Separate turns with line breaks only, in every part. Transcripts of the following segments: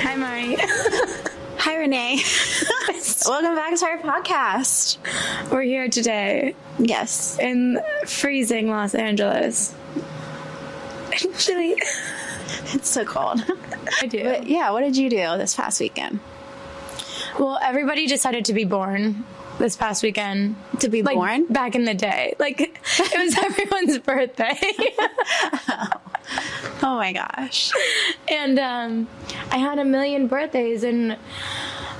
Hi, Mari. Hi, Renee.
Welcome back to our podcast.
We're here today
Yes.
in freezing Los Angeles. Chilly.
It's so cold.
I do.
But yeah, what did you do this past weekend?
well, everybody decided to be born this past weekend.
To be
Like
born?
back in the day, like it was everyone's birthday,
Oh my gosh.
and um, I had a million birthdays, and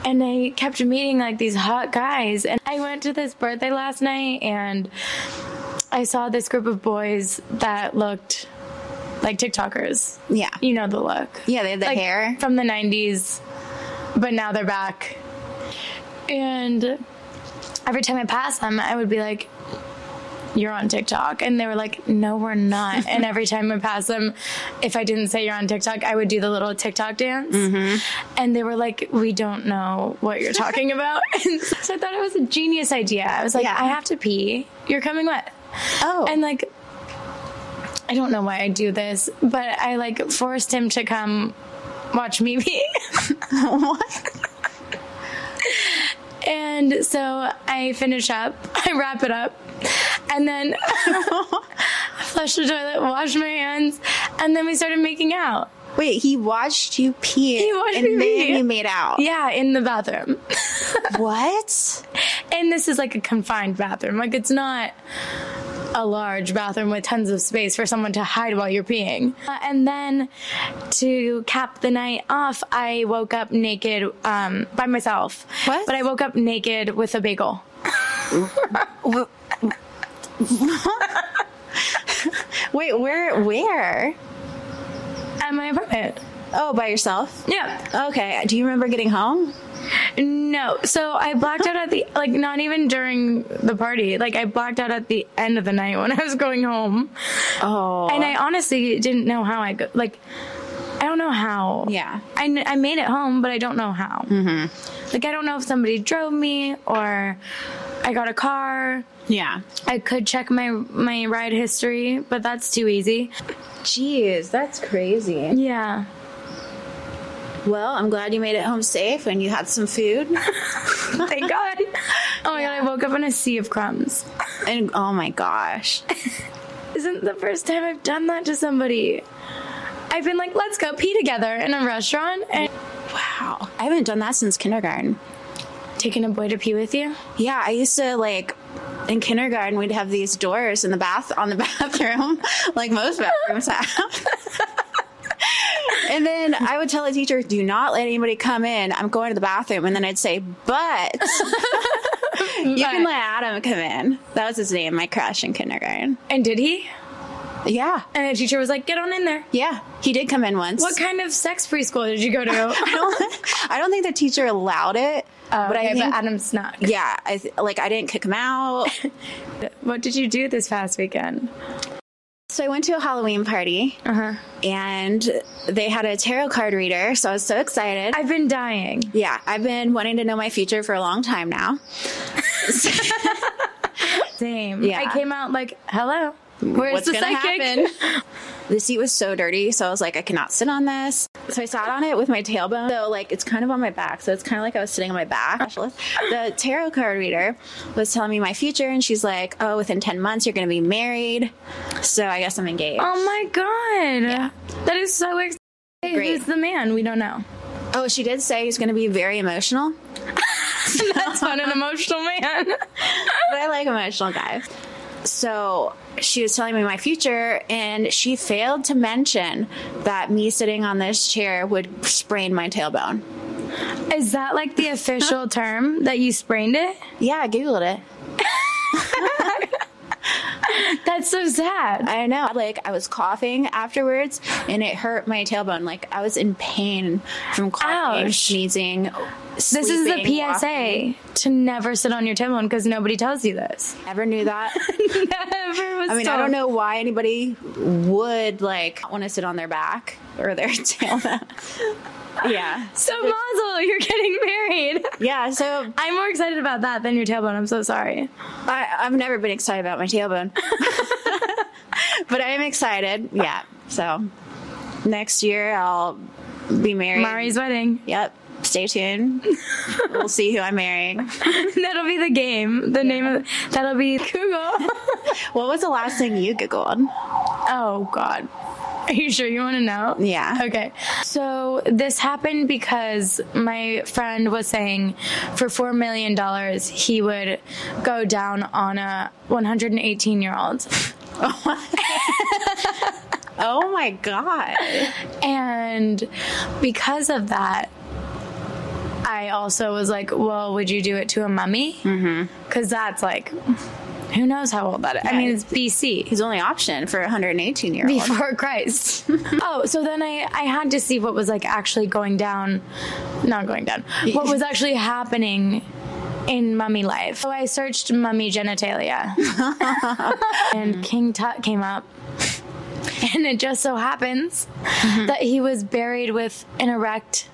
and I kept meeting like these hot guys, and I went to this birthday last night, and I saw this group of boys that looked like TikTokers.
Yeah.
You know the look.
Yeah, they had the
Like,
hair.
from the 90s, but now they're back. And every time I pass them, I would be like, You're on TikTok. And they were like, No, we're not. and every time I pass them, if I didn't say you're on TikTok, I would do the little TikTok dance.
Mm-hmm.
And they were like, We don't know what you're talking about. and so I thought it was a genius idea. I was like,
Yeah.
I have to pee. You're coming wet.
Oh.
And like, I don't know why I do this, but I like forced him to come watch me pee.
what?
And so I finish up, I wrap it up, and then flush the toilet, wash my hands, and then we started making out.
Wait, he watched you pee.
He watched
and
me
then
pee.
you made out.
Yeah, in the bathroom.
What?
And this is like a confined bathroom. Like it's not a large bathroom with tons of space for someone to hide while you're peeing. Uh, and then to cap the night off, I woke up naked um, by myself.
What?
But I woke up naked with a bagel.
Wait, where? Where?
At my apartment.
Oh, by yourself?
Yeah.
Okay. Do you remember getting home?
No. So I blacked out at the like not even during the party. Like I blacked out at the end of the night when I was going home.
Oh.
And I honestly didn't know how I go like I don't know how.
Yeah.
I, kn- I made it home, but I don't know how. Mm-hmm. Like I don't know if somebody drove me or I got a car.
yeah.
I could check my my ride history, but that's too easy.
Jeez, that's crazy.
Yeah.
Well, I'm glad you made it home safe and you had some food.
Thank God. Oh my god, I woke up in a sea of crumbs.
and oh my gosh.
isn't the first time I've done that to somebody. I've been like, let's go pee together in a restaurant and
Wow. I haven't done that since kindergarten.
taking a boy to pee with you.
Yeah, I used to like in kindergarten we'd have these doors in the bath on the bathroom, like most bathrooms have. and then I would tell the teacher, "Do not let anybody come in. I'm going to the bathroom." And then I'd say, "But you can let Adam come in." That was his name, my crush in kindergarten.
And did he?
Yeah,
And the teacher was like, get on in there.
yeah, he did come in once.
What kind of sex preschool did you go to?
I don't, I don't think the teacher allowed it, Oh, but I think.
Adam snuck.
yeah, I th- like I didn't kick him out.
What did you do this past weekend?
so I went to a Halloween party.
Uh huh.
and they had a tarot card reader, so I was so excited.
I've been dying.
yeah, I've been wanting to know my future for a long time now.
Same.
Yeah.
I came out like, hello. Where's
What's
the
gonna
psychic?
happen? The seat was so dirty, so I was like, I cannot sit on this. So I sat on it with my tailbone. So like it's kind of on my back. So it's kind of like I was sitting on my back. The tarot card reader was telling me my future, and she's like, "Oh, within ten months you're going to be married." So I guess I'm engaged.
Oh my god. That is so exciting.
Great.
Who's the man? We don't know.
Oh, she did say he's going to be very emotional.
That's not an emotional man.
but I like emotional guys. So she was telling me my future, and she failed to mention that me sitting on this chair would sprain my tailbone.
Is that like the official term that you sprained it?
Yeah, I googled it.
That's so sad.
I know. Like I was coughing afterwards, and it hurt my tailbone. Like I was in pain from coughing,
Ouch.
sneezing.
This is the
sleeping,
PSA
walking.
to never sit on your tailbone because nobody tells you this.
Never knew that.
never was
I mean, I don't know why anybody would like want to sit on their back or their tailbone. yeah,
So Mazel, you're getting married.
yeah. So
I'm more excited about that than your tailbone. I'm so sorry.
I, I've never been excited about my tailbone, but I am excited. Yeah. So next year I'll be married.
Mari's wedding.
Yep. Stay tuned. we'll see who I'm marrying.
That'll be the game. The name of that'll be Google.
What was the last thing you giggled?
oh God. Are you sure you want to know?
Yeah.
Okay. So this happened because my friend was saying for $4 million, he would go down on a 118 year old.
Oh my god.
And because of that, I also was like, well, would you do it to a mummy? Because that's like, who knows how old that is. I mean, it's BC.
His only option for a 118 year old.
Before Christ. oh, so then I, I had to see what was like actually going down, not going down, what was actually happening in mummy life. So I searched mummy genitalia and King Tut came up. And it just so happens that he was buried with an erect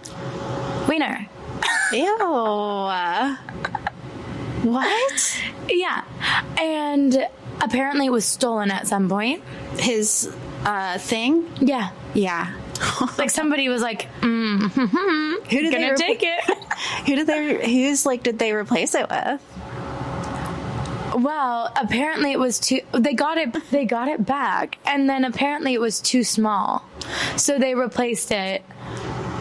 wiener.
Ew. What?
Yeah. And apparently it was stolen at some point.
His uh, thing?
Yeah.
Yeah.
Like somebody was like, mm,
Who did
gonna
repl-
take it.
Who did they? Who's like? Did they replace it with?
Well, apparently it was too. They got it. They got it back, and then apparently it was too small, so they replaced it.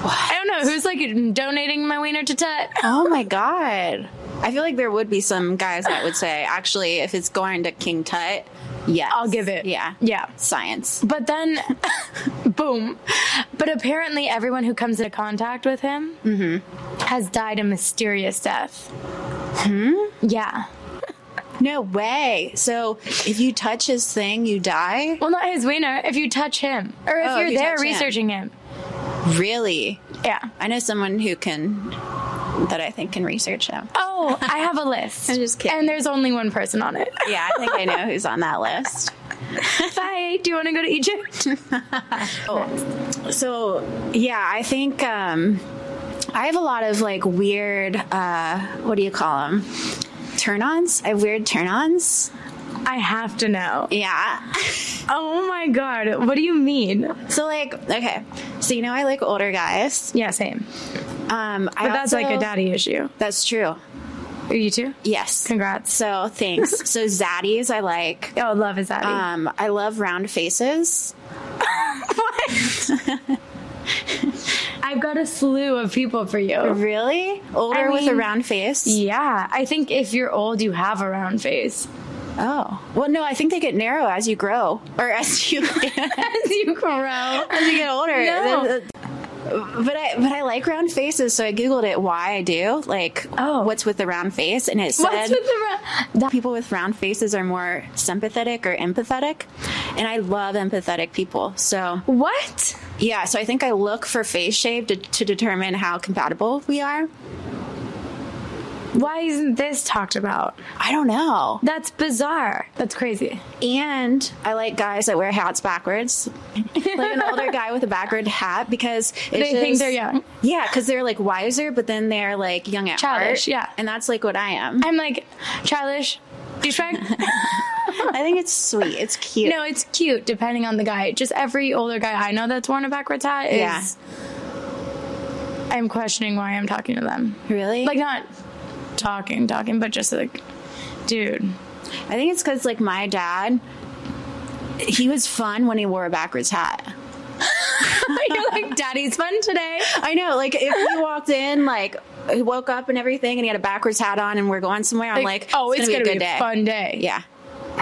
I don't know who's like donating my wiener to Tut.
Oh my god! I feel like there would be some guys that would say, actually, if it's going to King Tut, yes,
I'll give it.
Yeah,
yeah.
Science.
But then, boom. But apparently, everyone who comes into contact with him
Mm-hmm.
has died a mysterious death. Hmm. Yeah.
No way. So if you touch his thing, you die.
Well, not his wiener. If you touch him, or if
Oh, if
you're
you
there
touch him.
researching him.
Really?
Yeah.
I know someone who can that I think can research him.
Oh, I have a list.
I'm just kidding.
And there's only one person on it.
Yeah, I think I know who's on that list.
Bye. Do you want to go to Egypt?
So yeah, I think um, I have a lot of like weird. Uh, what do you call them? Turn-ons. I have weird turn-ons.
I have to know.
Yeah.
Oh my god. What do you mean?
So like, okay. So you know, I like older guys.
Yeah, same.
Um, I
But that's
also-
like a daddy issue.
That's true.
Are you too?
Yes.
Congrats.
So thanks. so zaddies, I like.
Oh, love is daddy.
Um, I love round faces.
I've got a slew of people for you.
Really? Older with a
mean-
round face?
Yeah, I think if you're old, you have a round face.
Oh. Well, no, I think they get narrow as you grow or as you
As you grow.
as you get older. uh,
No.
But I but I like round faces, so I googled it why I do. Like,
Oh.
what's with the round face? And it said
What's with the round? That-
people with round faces are more sympathetic or empathetic. And I love empathetic people. So,
what?
yeah, so I think I look for face shape to, to determine how compatible we are.
Why isn't this talked about?
I don't know.
That's bizarre. That's crazy.
And I like guys that wear hats backwards, like an older guy with a backward hat because it's
They think
just-
they're young.
Yeah, because they're like wiser, but then they're like young at
Childish,
heart.
yeah.
and that's like what I am.
I'm like, childish, douchebag.
I think it's sweet. It's cute.
No, it's cute depending on the guy. Just every older guy I know that's worn a backwards hat is.
Yeah.
I'm questioning why I'm talking to them.
really.
Like, not talking, talking, but just like, dude.
I think it's because like my dad, he was fun when he wore a backwards hat.
You're like, daddy's fun today.
I know. Like if he walked in, like he woke up and everything, and he had a backwards hat on, and we're going somewhere. I'm like,
oh, it's, gonna, be,
a good
a
day.
fun Um, day.
Yeah.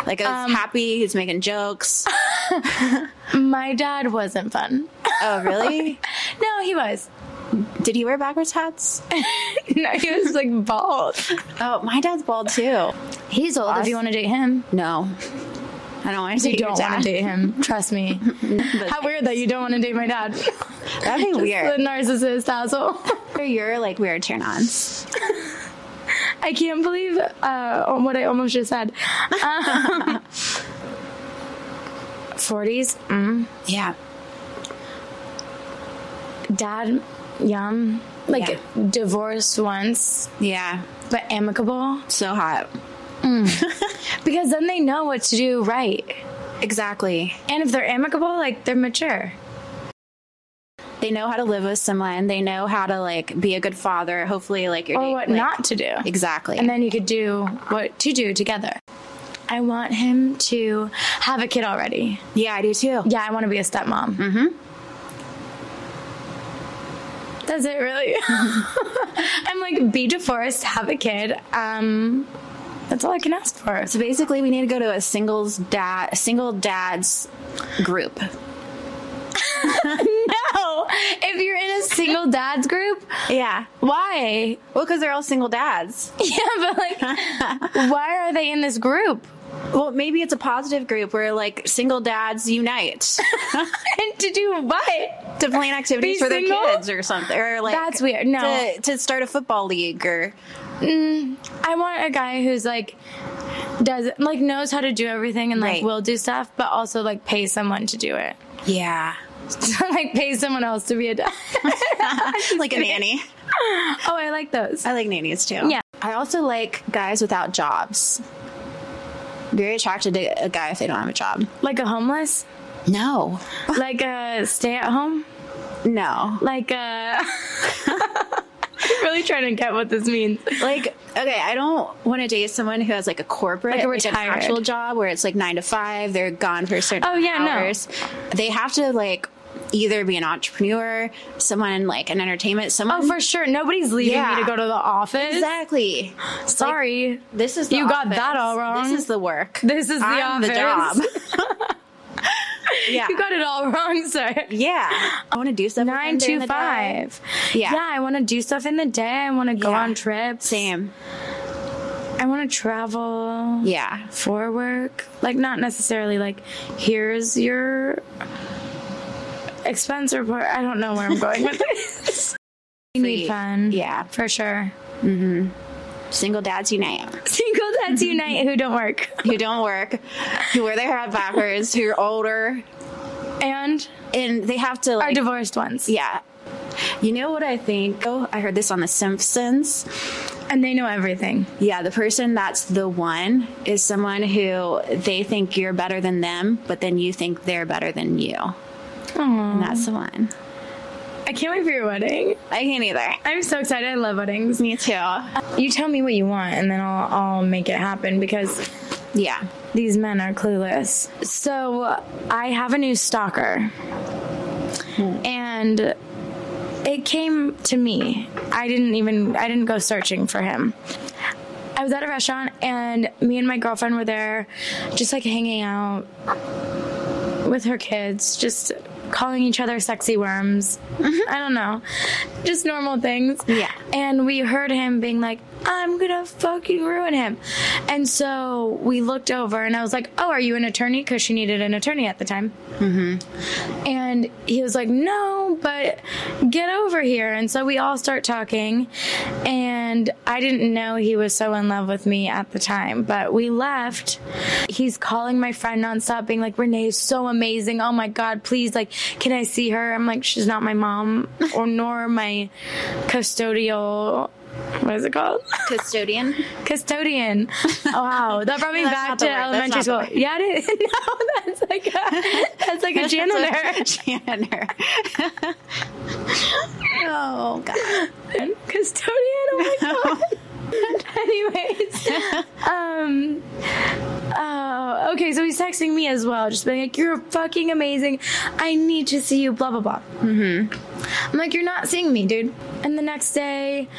Like I was happy. He's making jokes.
My dad wasn't fun.
oh, really?
No, he was.
Did he wear backwards hats?
No, he was like bald.
Oh, my dad's bald too.
He's old. If you want to date him,
No, I don't want to
you
date your
don't want
dad.
to date him. Trust me.
But
How weird that you don't want to date my dad.
That'd be
the
weird.
narcissist asshole.
For your like weird turn-ons.
I can't believe uh, on what I almost just said. Uh, Forties, mm.
Yeah.
dad, yum, like
Yeah.
divorced once,
Yeah.
but amicable.
So hot.
Because then they know what to do right,
Exactly.
and if they're amicable, like they're mature.
They know how to live with someone. They know how to like be a good father. Hopefully, like your
or
date-
what
like-
not to do.
Exactly.
And then you could do what to do together. I want him to have a kid already.
yeah, I do too.
Yeah, I want to be a stepmom. Mm-hmm. Does it really? I'm like, be divorced, have a kid. Um, that's all I can ask for.
So basically, we need to go to a singles dad, single dads group.
No, if you're in a single dad's group,
Yeah.
why?
Well, because they're all single dads.
Yeah, but like, why are they in this group?
Well, maybe it's a positive group where like single dads unite
And to do what?
to plan activities
Be
for
single?
their kids or something, or like
That's weird. No.
to, to start a football league or
I want a guy who's like does like knows how to do everything and like
Right.
will do stuff, but also like pay someone to do it.
yeah,
So like pay someone else to be a dad.
like a nanny.
Oh, I like those.
I like nannies too.
Yeah.
I also like guys without jobs. Very attracted to a guy if they don't have a job.
Like a homeless,
No.
like a stay at home,
No.
like a. I'm really trying to get what this means.
Like, okay, I don't want to date someone who has like a corporate,
Like a
an
retired.
actual job where it's like nine to five. They're gone for certain
Oh, yeah, no.
hours. They have to like either be an entrepreneur, someone like an entertainment, someone.
Oh, for sure. Nobody's leaving
Yeah.
me to go to the office.
exactly.
Sorry.
This is the
You got
office.
that all wrong.
This is the work.
This is the
I'm the job.
office.
yeah.
You got it all wrong, sir.
Yeah. I want to do something.
Nine two five.
Yeah.
Yeah, I want to do stuff in the day. I want to go
Yeah.
on trips.
Same.
I want to travel
Yeah.
for work. Like, not necessarily like, here's your expense report. I don't know where I'm going with this. You need
Free.
fun.
Yeah.
For sure.
Single dads unite.
Single dads unite who don't work.
Who don't work, who wear their hat backwards, who are older,
And
and they have to
our
like
divorced ones.
Yeah. You know what I think? Oh, I heard this on The Simpsons.
And they know everything.
Yeah, the person that's the one is someone who they think you're better than them, but then you think they're better than you. And
Aww.
that's the one.
I can't wait for your wedding.
I can't either.
I'm so excited. I love weddings.
Me too.
You tell me what you want, and then I'll, I'll make it happen because
Yeah.
These men are clueless. So I have a new stalker. And it came to me. I didn't even I didn't go searching for him. I was at a restaurant and me and my girlfriend were there just like hanging out with her kids, just calling each other sexy worms. I don't know. Just normal things.
Yeah.
And we heard him being like, I'm gonna fucking ruin him. And so we looked over and I was like, Oh, are you an attorney? Because she needed an attorney at the time. And he was like, No, but get over here. And so we all start talking. And I didn't know he was so in love with me at the time, but we left. He's calling my friend nonstop, being like, Renee is so amazing. Oh my God, please, like, can I see her? I'm like, She's not my mom or nor my custodial. What is it called?
Custodian.
Custodian. Oh, wow, that brought me
That's
back
not
to
the word. That's
elementary
not the
school.
word.
Yeah, it is. No, that's like a that's like a janitor.
janitor. oh, God.
custodian. Oh my god. Anyways, um, oh, okay. So he's texting me as well, just being like, "You're fucking amazing. I need to see you." Blah blah blah. Mm-hmm. I'm like, "You're not seeing me, dude." And the next day,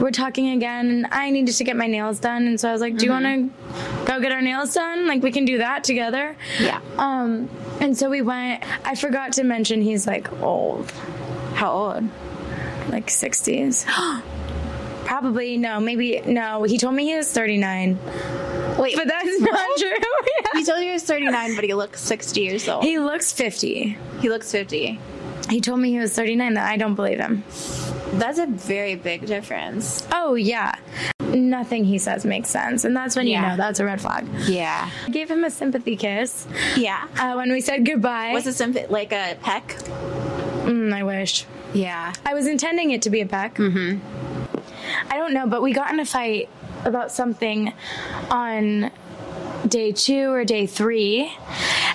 we're talking again, and I needed to get my nails done, and so I was like, "Do you want to go get our nails done? Like, we can do that together."
Yeah.
Um, and so we went. I forgot to mention he's like old
How old?
like 60s. Probably no, maybe no. He told me he was 39,
Wait,
but that's not true. Yeah.
he told you he was 39, but he looks 60 years old.
He looks 50.
he looks 50.
He told me he was 39. That I don't believe him.
That's a very big difference.
Oh yeah, nothing he says makes sense, and that's when you
Yeah.
know that's a red flag.
Yeah.
I gave him a sympathy kiss
Yeah.
uh, when we said goodbye.
Was it something like a peck?
Mm, I wish.
Yeah.
I was intending it to be a peck. Mm-hmm. I don't know, but we got in a fight about something on day two or day three,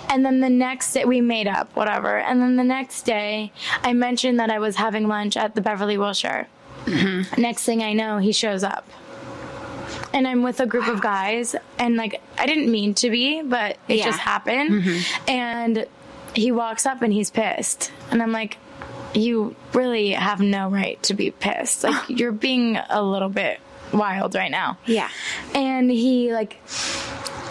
And then the next day, we made up, whatever. And then the next day, I mentioned that I was having lunch at the Beverly Wilshire. Next thing I know, he shows up. And I'm with a group of guys, and like, I didn't mean to be, but it
Yeah.
just happened. And he walks up and he's pissed. And I'm like, you really have no right to be pissed. Like, you're being a little bit wild right now
Yeah.
and he like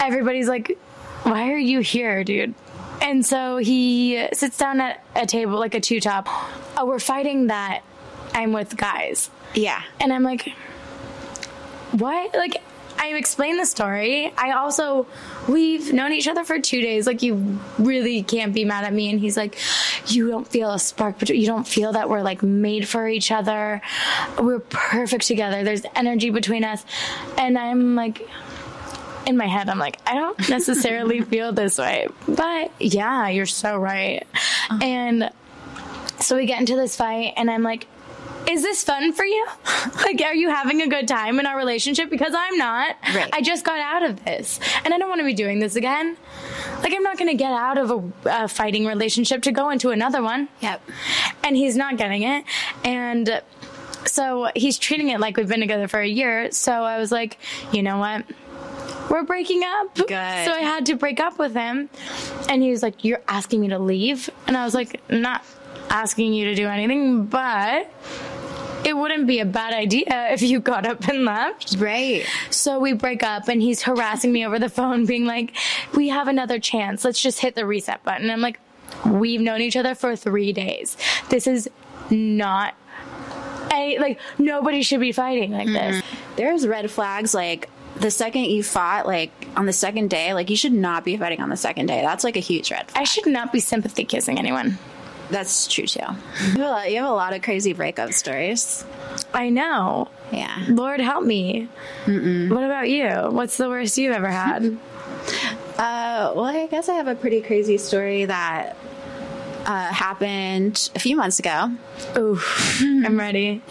everybody's like why are you here dude and so he sits down at a table like a two top oh we're fighting that i'm with guys
Yeah.
and i'm like what like i explained the story i also we've known each other for two days like you really can't be mad at me and he's like you don't feel a spark between you don't feel that we're like made for each other we're perfect together there's energy between us and i'm like in my head, I'm like, I don't necessarily feel this way, but yeah, you're so right. And so we get into this fight, and I'm like, is this fun for you? like, are you having a good time in our relationship? Because I'm not.
Right.
I just got out of this, and I don't want to be doing this again. Like, I'm not going to get out of a, a fighting relationship to go into another one
Yep.
and he's not getting it. And so he's treating it like we've been together for a year. So I was like, you know what? We're breaking up. So I had to break up with him. And he was like, You're asking me to leave? And I was like, Not asking you to do anything, but it wouldn't be a bad idea if you got up and left.
Right.
So we break up, and he's harassing me over the phone, being like, We have another chance. Let's just hit the reset button. I'm like, We've known each other for three days. This is not. Any, like nobody should be fighting like this.
There's red flags like the second you fought, like on the second day, like you should not be fighting on the second day. That's like a huge red flag.
I should not be sympathy kissing anyone.
That's true too. You have, a lot, you have a lot of crazy breakup stories.
I know.
Yeah.
Lord help me. What about you? What's the worst you've ever had?
Uh, well, I guess I have a pretty crazy story that uh, happened a few months ago.
Oof. I'm ready.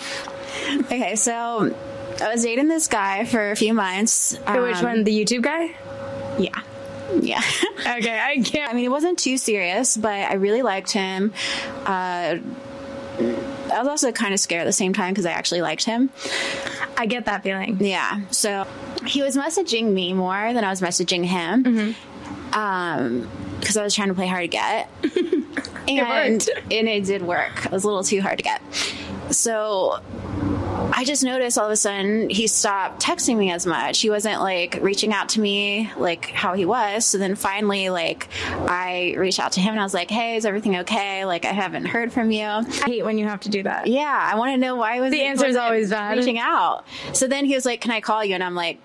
Okay, so I was dating this guy for a few months.
Which
Um,
one? The YouTube guy?
Yeah. Yeah.
Okay, I can't.
I mean, it wasn't too serious, but I really liked him. Uh, I was also kind of scared at the same time because I actually liked him.
I get that feeling.
Yeah. So he was messaging me more than I was messaging him.
Mm-hmm.
Um, because I was trying to play hard to get. and,
worked.
and it did work. It was a little too hard to get. So I just noticed all of a sudden he stopped texting me as much. He wasn't like reaching out to me like how he was. So then finally, like, I reached out to him and I was like, hey, is everything okay? Like, I haven't heard from you.
I hate when you have to do that.
Yeah, I want to know why was
The answer is always bad.
reaching out. So then he was like, "Can I call you?" And I'm like,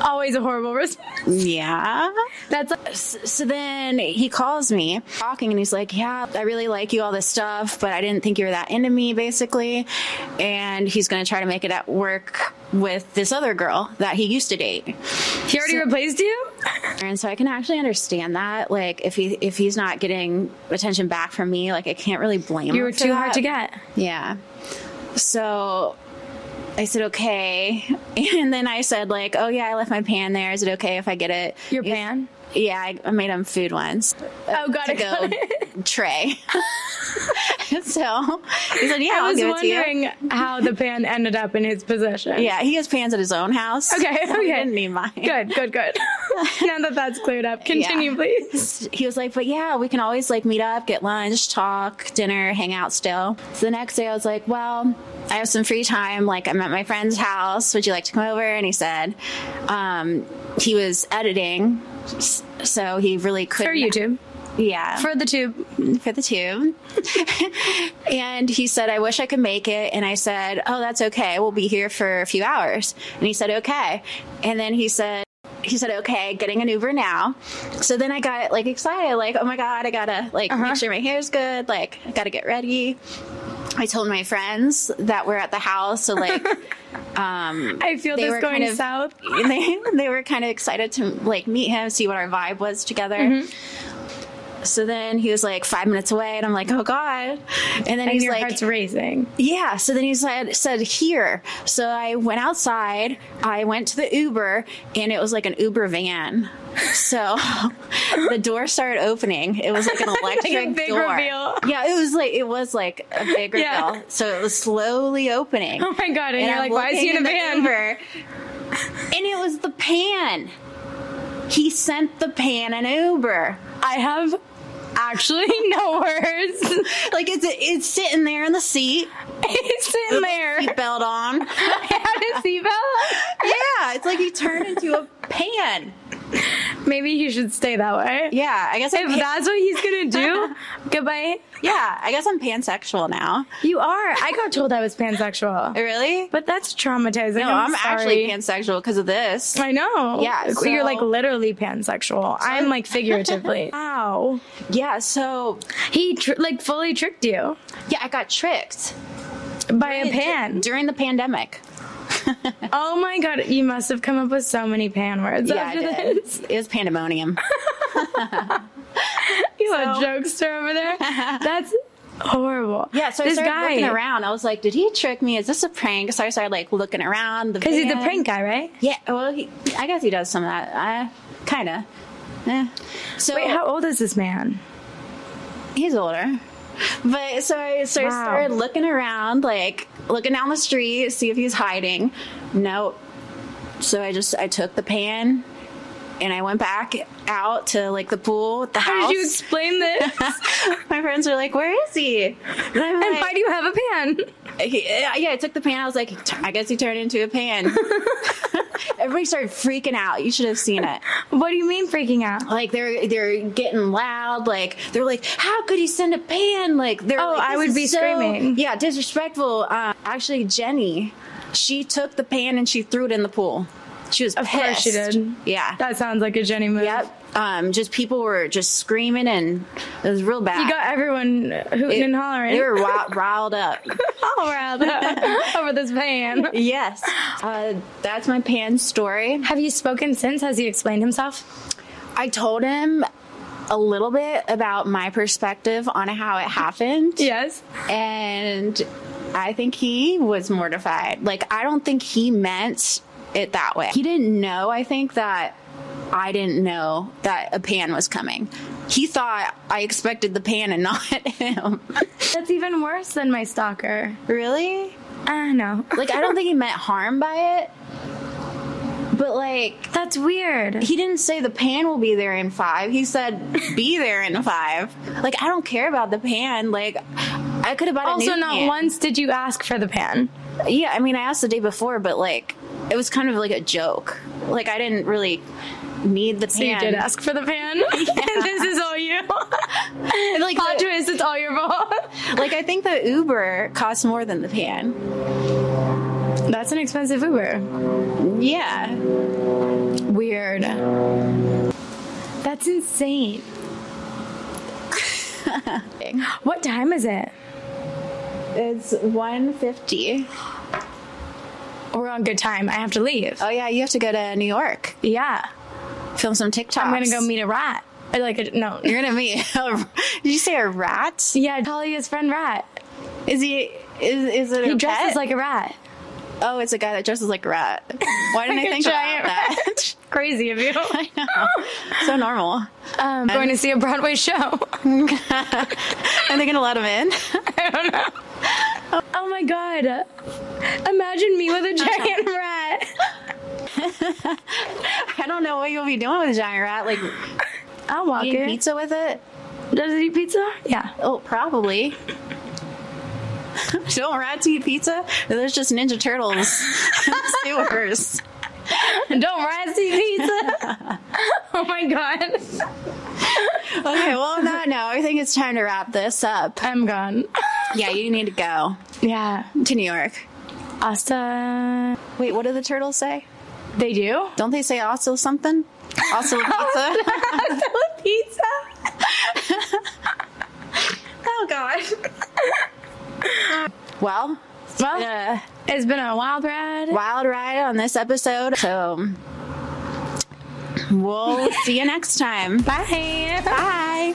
Always a horrible response.
"Yeah."
That's
S- So then he calls me, talking, and he's like, "Yeah, I really like you, all this stuff, but I didn't think you were that into me, basically." And he's going to try to make it at work with this other girl that he used to date.
he already replaced you.
And so I can actually understand that. Like, if he if he's not getting attention back from me, like I can't really blame him.
You were
for
too hard
that.
to get.
Yeah. So I said, okay. And then I said, like, oh, yeah, I left my pan there. Is it okay if I get it?
Your
If-
pan?
Yeah, I, I made him food once.
Oh, got
To
it.
go
Got it.
tray. so he said, yeah,
I
I'll
was
give it to you.
wondering how the pan ended up in his possession.
Yeah, he has pans at his own house.
Okay,
so He
okay.
didn't need mine.
Good, good, good. now that that's cleared up, continue,
Yeah.
please.
he was like, but yeah, we can always like meet up, get lunch, talk, dinner, hang out still. So the next day I was like, well, I have some free time. Like I'm at my friend's house. Would you like to come over? And he said, um, he was editing. s- So he really couldn't.
For YouTube,
Yeah. For,
for the tube.
for the tube. and he said, I wish I could make it. And I said, oh, that's okay. We'll be here for a few hours. And he said, okay. And then he said, he said, okay, getting an Uber now. So then I got like excited, like, oh my God, I gotta like make sure my hair's good. Like, I gotta get ready. I told my friends that were at the house. So like,
I feel
They
this
were
going
kind of-
south.
and they they were kind of excited to like meet him, see what our vibe was together.
Mm-hmm.
So then he was like five minutes away, and I'm like, oh God. And then
And
he's
your
like,
heart's racing.
yeah. So then he said, said here. So I went outside. I went to the Uber, and it was like an Uber van. So the door started opening. It was like an electric
big
door.
reveal.
Yeah, it was like it was like a big
Yeah.
reveal. So it was slowly opening.
Oh my god! And,
And
you're
I'm
like, why is he in a
looking
van?
the Uber, and it was the pan. He sent the pan an Uber.
I have actually no words.
Like it's it's sitting there in the seat,
He's sitting there.
seatbelt on.
I had a seatbelt.
yeah, it's like he turned into a pan.
Maybe he should stay that way.
Yeah, I guess I'm
If
pan-
that's what he's gonna do, goodbye.
yeah, I guess I'm pansexual now.
You are. I got told I was pansexual,
Really?
but that's traumatizing.
No, I'm, actually
sorry.
pansexual because of this.
I know.
Yeah,
Like, you're like
so-
literally pansexual. I'm like figuratively. Wow.
Yeah, so
He tr- like fully tricked you
yeah, I got tricked
by a pan.
during the pandemic.
Oh my god, you must have come up with so many pan words
Yeah, I
after
did.
this.
It was pandemonium.
You a jokester over there. That's horrible.
Yeah, so I
this
started
guy,
looking around. I was like, "Did he trick me? Is this a prank?" So I started like looking around. the
because he's a
van.
prank guy, right?
Yeah, well, he, I guess he does some of that. I kind of. Eh. So
Wait, how old is this man?
he's older. But so I so I
Wow.
started looking around, like looking down the street, see if he's hiding. No. So I just I took the pan and I went back out to like the pool with the
How
house.
did you explain this?
My friends were like, "Where is he?" And
and
I'm like-
why do you have a pan?
He- uh, yeah, yeah, I took the pan. I was like, I guess he turned into a pan. Everybody started freaking out. You should have seen it.
What do you mean freaking out?
Like they're they're getting loud. Like they're like, how could he send a pan? Like they're
Oh,
like,
I
this
would
is
be
so-
screaming.
Yeah, disrespectful. Um, actually, Jenny, she took the pan and she threw it in the pool. She was
Of course she
pissed.
did.
Yeah.
That sounds like a Jenny move.
Yep. Um, just people were just screaming and it was real bad.
You got everyone hooting
It-
and hollering.
They were riled, riled up.
all riled up over this pan.
Yes. Uh, that's my pan story.
Have you spoken since? Has he explained himself?
I told him a little bit about my perspective on how it happened.
Yes.
And I think he was mortified. Like, I don't think he meant it that way. He didn't know, I think, that I didn't know that a pan was coming. He thought I expected the pan and not him.
That's even worse than my stalker.
really?
Ah, no.
Like, I don't think he meant harm by it. But, like,
That's weird.
he didn't say the pan will be there in five. He said be there in five. Like I don't care about the pan. Like I could have bought a
Also,
new
not
pan.
once did you ask for the pan.
Yeah, I mean I asked the day before, but like it was kind of like a joke. Like I didn't really need the
So
pan.
you did ask for the pan. and this is all you.
And, like
Plot
the-
twist, it's all your fault.
like I think the Uber costs more than the pan.
That's an expensive Uber.
Yeah.
Weird. That's insane. What time is it?
It's one fifty.
We're on good time. I have to leave.
Oh yeah, you have to go to New York.
Yeah.
Film some TikToks.
I'm gonna go meet a rat. Or like a no.
You're gonna meet a, did you say a rat?
Yeah, Talia's friend rat.
Is he is is it a
He dresses
pet?
like a rat.
Oh, it's a guy that dresses like a rat. Why didn't
Like
I
a
think
giant
about that?
Crazy of you.
I know. So normal.
Um, going to see a Broadway show.
And they're gonna let him in.
I don't know. Oh my god. Imagine me with a giant rat.
I don't know what you'll be doing with a giant rat. Like
I'll walk
eating
it.
pizza with it?
Does it eat pizza? Yeah.
Oh, probably. don't rats eat pizza? There's just Ninja Turtles sewers.
And don't rats eat pizza? oh my god.
Okay, well, on that note, I think it's time to wrap this up.
I'm gone.
Yeah, you need to go
Yeah.
to New York.
Asta.
Wait, what do the turtles say?
They do?
Don't they say also something? Also pizza?
Pizza?
Oh God. well,
Well,
uh,
it's been a wild ride.
wild ride on this episode. So we'll see you next time.
Bye.
Bye.